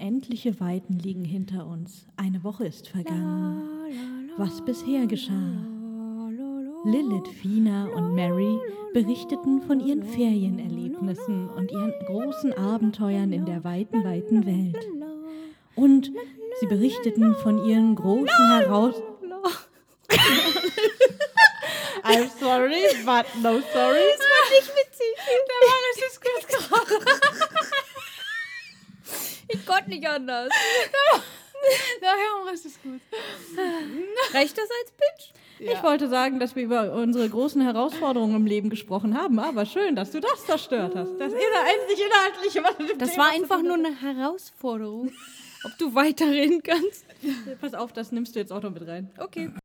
Unendliche Weiten liegen hinter uns. Eine Woche ist vergangen. Was bisher geschah? Lilith, Fina und Mary berichteten von ihren Ferienerlebnissen und ihren großen Abenteuern in der weiten, weiten Welt. Und sie berichteten von ihren großen Heraus... I'm sorry, but no sorry. Das war nicht witzig. Der Mann ist jetzt kurz Ich konnte nicht anders. Der Humor ist es gut. Rechter als Pitch? Ich wollte sagen, dass wir über unsere großen Herausforderungen im Leben gesprochen haben, aber schön, dass du das zerstört hast. Das einzig inhaltliche, was mit dem Das Thema war einfach nur eine Herausforderung, ob du weiterreden kannst. Pass auf, das nimmst du jetzt auch noch mit rein. Okay.